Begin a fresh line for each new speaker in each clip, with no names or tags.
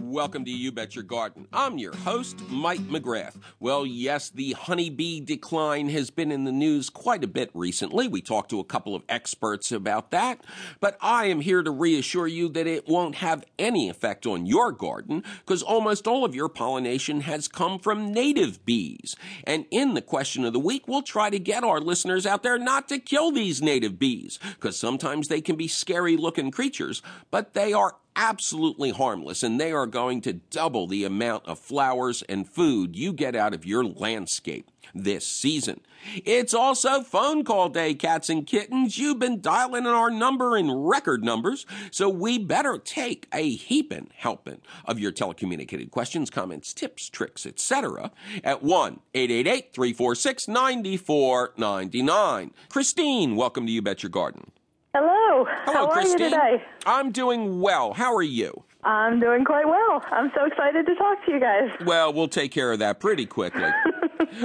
Welcome to You Bet Your Garden. I'm your host, Mike McGrath. Well, yes, the honeybee decline has been in the news quite a bit recently. We talked to a couple of experts about that, but I am here to reassure you that it won't have any effect on your garden because almost all of your pollination has come from native bees. And in the question of the week, we'll try to get our listeners out there not to kill these native bees because sometimes they can be scary looking creatures, but they are absolutely harmless and they are going to double the amount of flowers and food you get out of your landscape this season. It's also phone call day, cats and kittens. You've been dialing in our number in record numbers, so we better take a heaping helping of your telecommunicated questions, comments, tips, tricks, etc. at 1-888-346-9499. Christine, welcome to You Bet Your Garden.
Hello.
Hello,
How
Christine.
are you today?
I'm doing well. How are you?
I'm doing quite well. I'm so excited to talk to you guys.
Well, we'll take care of that pretty quickly.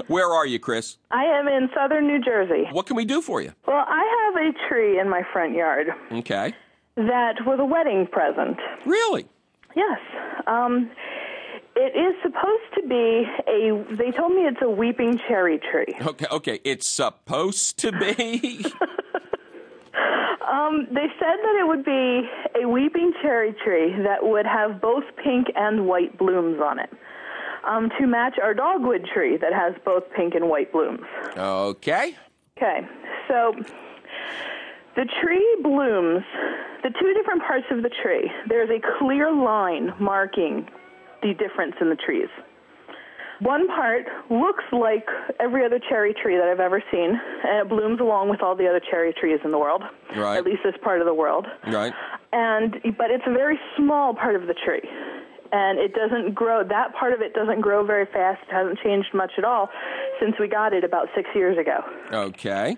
Where are you, Chris?
I am in southern New Jersey.
What can we do for you?
Well, I have a tree in my front yard
Okay.
that was a wedding present.
Really?
Yes. Um, it is supposed to be a, they told me it's a weeping cherry tree.
Okay, okay. It's supposed to be.
Um, they said that it would be a weeping cherry tree that would have both pink and white blooms on it. Um, to match our dogwood tree that has both pink and white blooms.
okay.
Okay, so the tree blooms, the two different parts of the tree, there's a clear line marking the difference in the trees. One part looks like every other cherry tree that I've ever seen, and it blooms along with all the other cherry trees in the world,
Right.
at least this part of the world.
Right.
And but it's a very small part of the tree. And it doesn't grow, that part of it doesn't grow very fast. It hasn't changed much at all since we got it about six years ago.
Okay.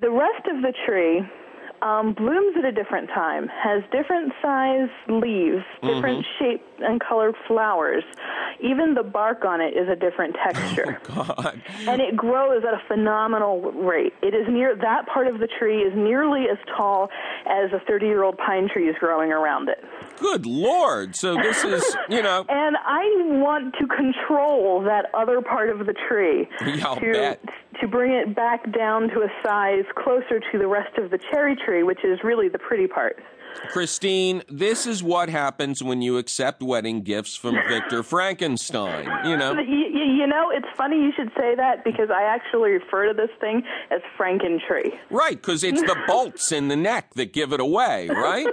The rest of the tree um, blooms at a different time, has different size leaves, different shape and colored flowers. Even the bark on it is a different texture.
God.
and it grows at a phenomenal rate. It is near that part of the tree is nearly as tall as a 30-year-old pine tree is growing around it.
Good Lord. So this is, you know,
And I want to control that other part of the tree
Yeah, I'll
to
bet.
to bring it back down to a size closer to the rest of the cherry tree, which is really the pretty part.
Christine, this is what happens when you accept wedding gifts from Victor Frankenstein, you know.
You, you, you know, it's funny you should say that because I actually refer to this thing as Franken tree.
Right, because it's the bolts in the neck that give it away, right?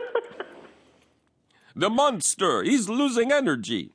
the monster, he's losing energy.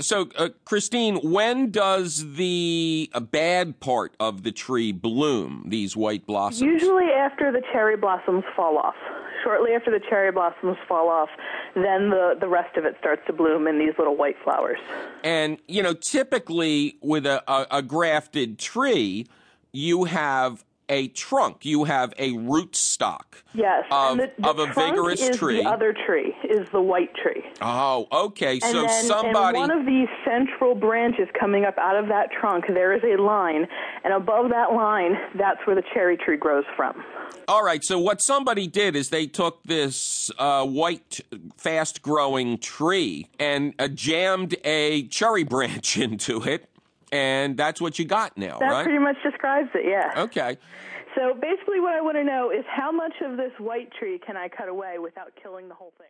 So, uh, Christine, when does the uh, bad part of the tree bloom, these white blossoms?
Usually after the cherry blossoms fall off. Shortly after the cherry blossoms fall off, then the, the rest of it starts to bloom in these little white flowers.
And, you know, typically with a, a, a grafted tree, you have a trunk, you have a root stock.
Yes.
Of-
and the, the
of a
trunk
vigorous
is
tree.
The other tree is the white tree.
Oh, okay.
And
so
then
somebody.
in one of these central branches coming up out of that trunk, there is a line, and above that line, that's where the cherry tree grows from.
All right. So what somebody did is they took this uh, white, fast-growing tree and uh, jammed a cherry branch into it, and that's what you got now,
That
right?
pretty much describes it, yeah.
okay.
So basically, what I want to know is how much of this white tree can I cut away without killing the whole thing?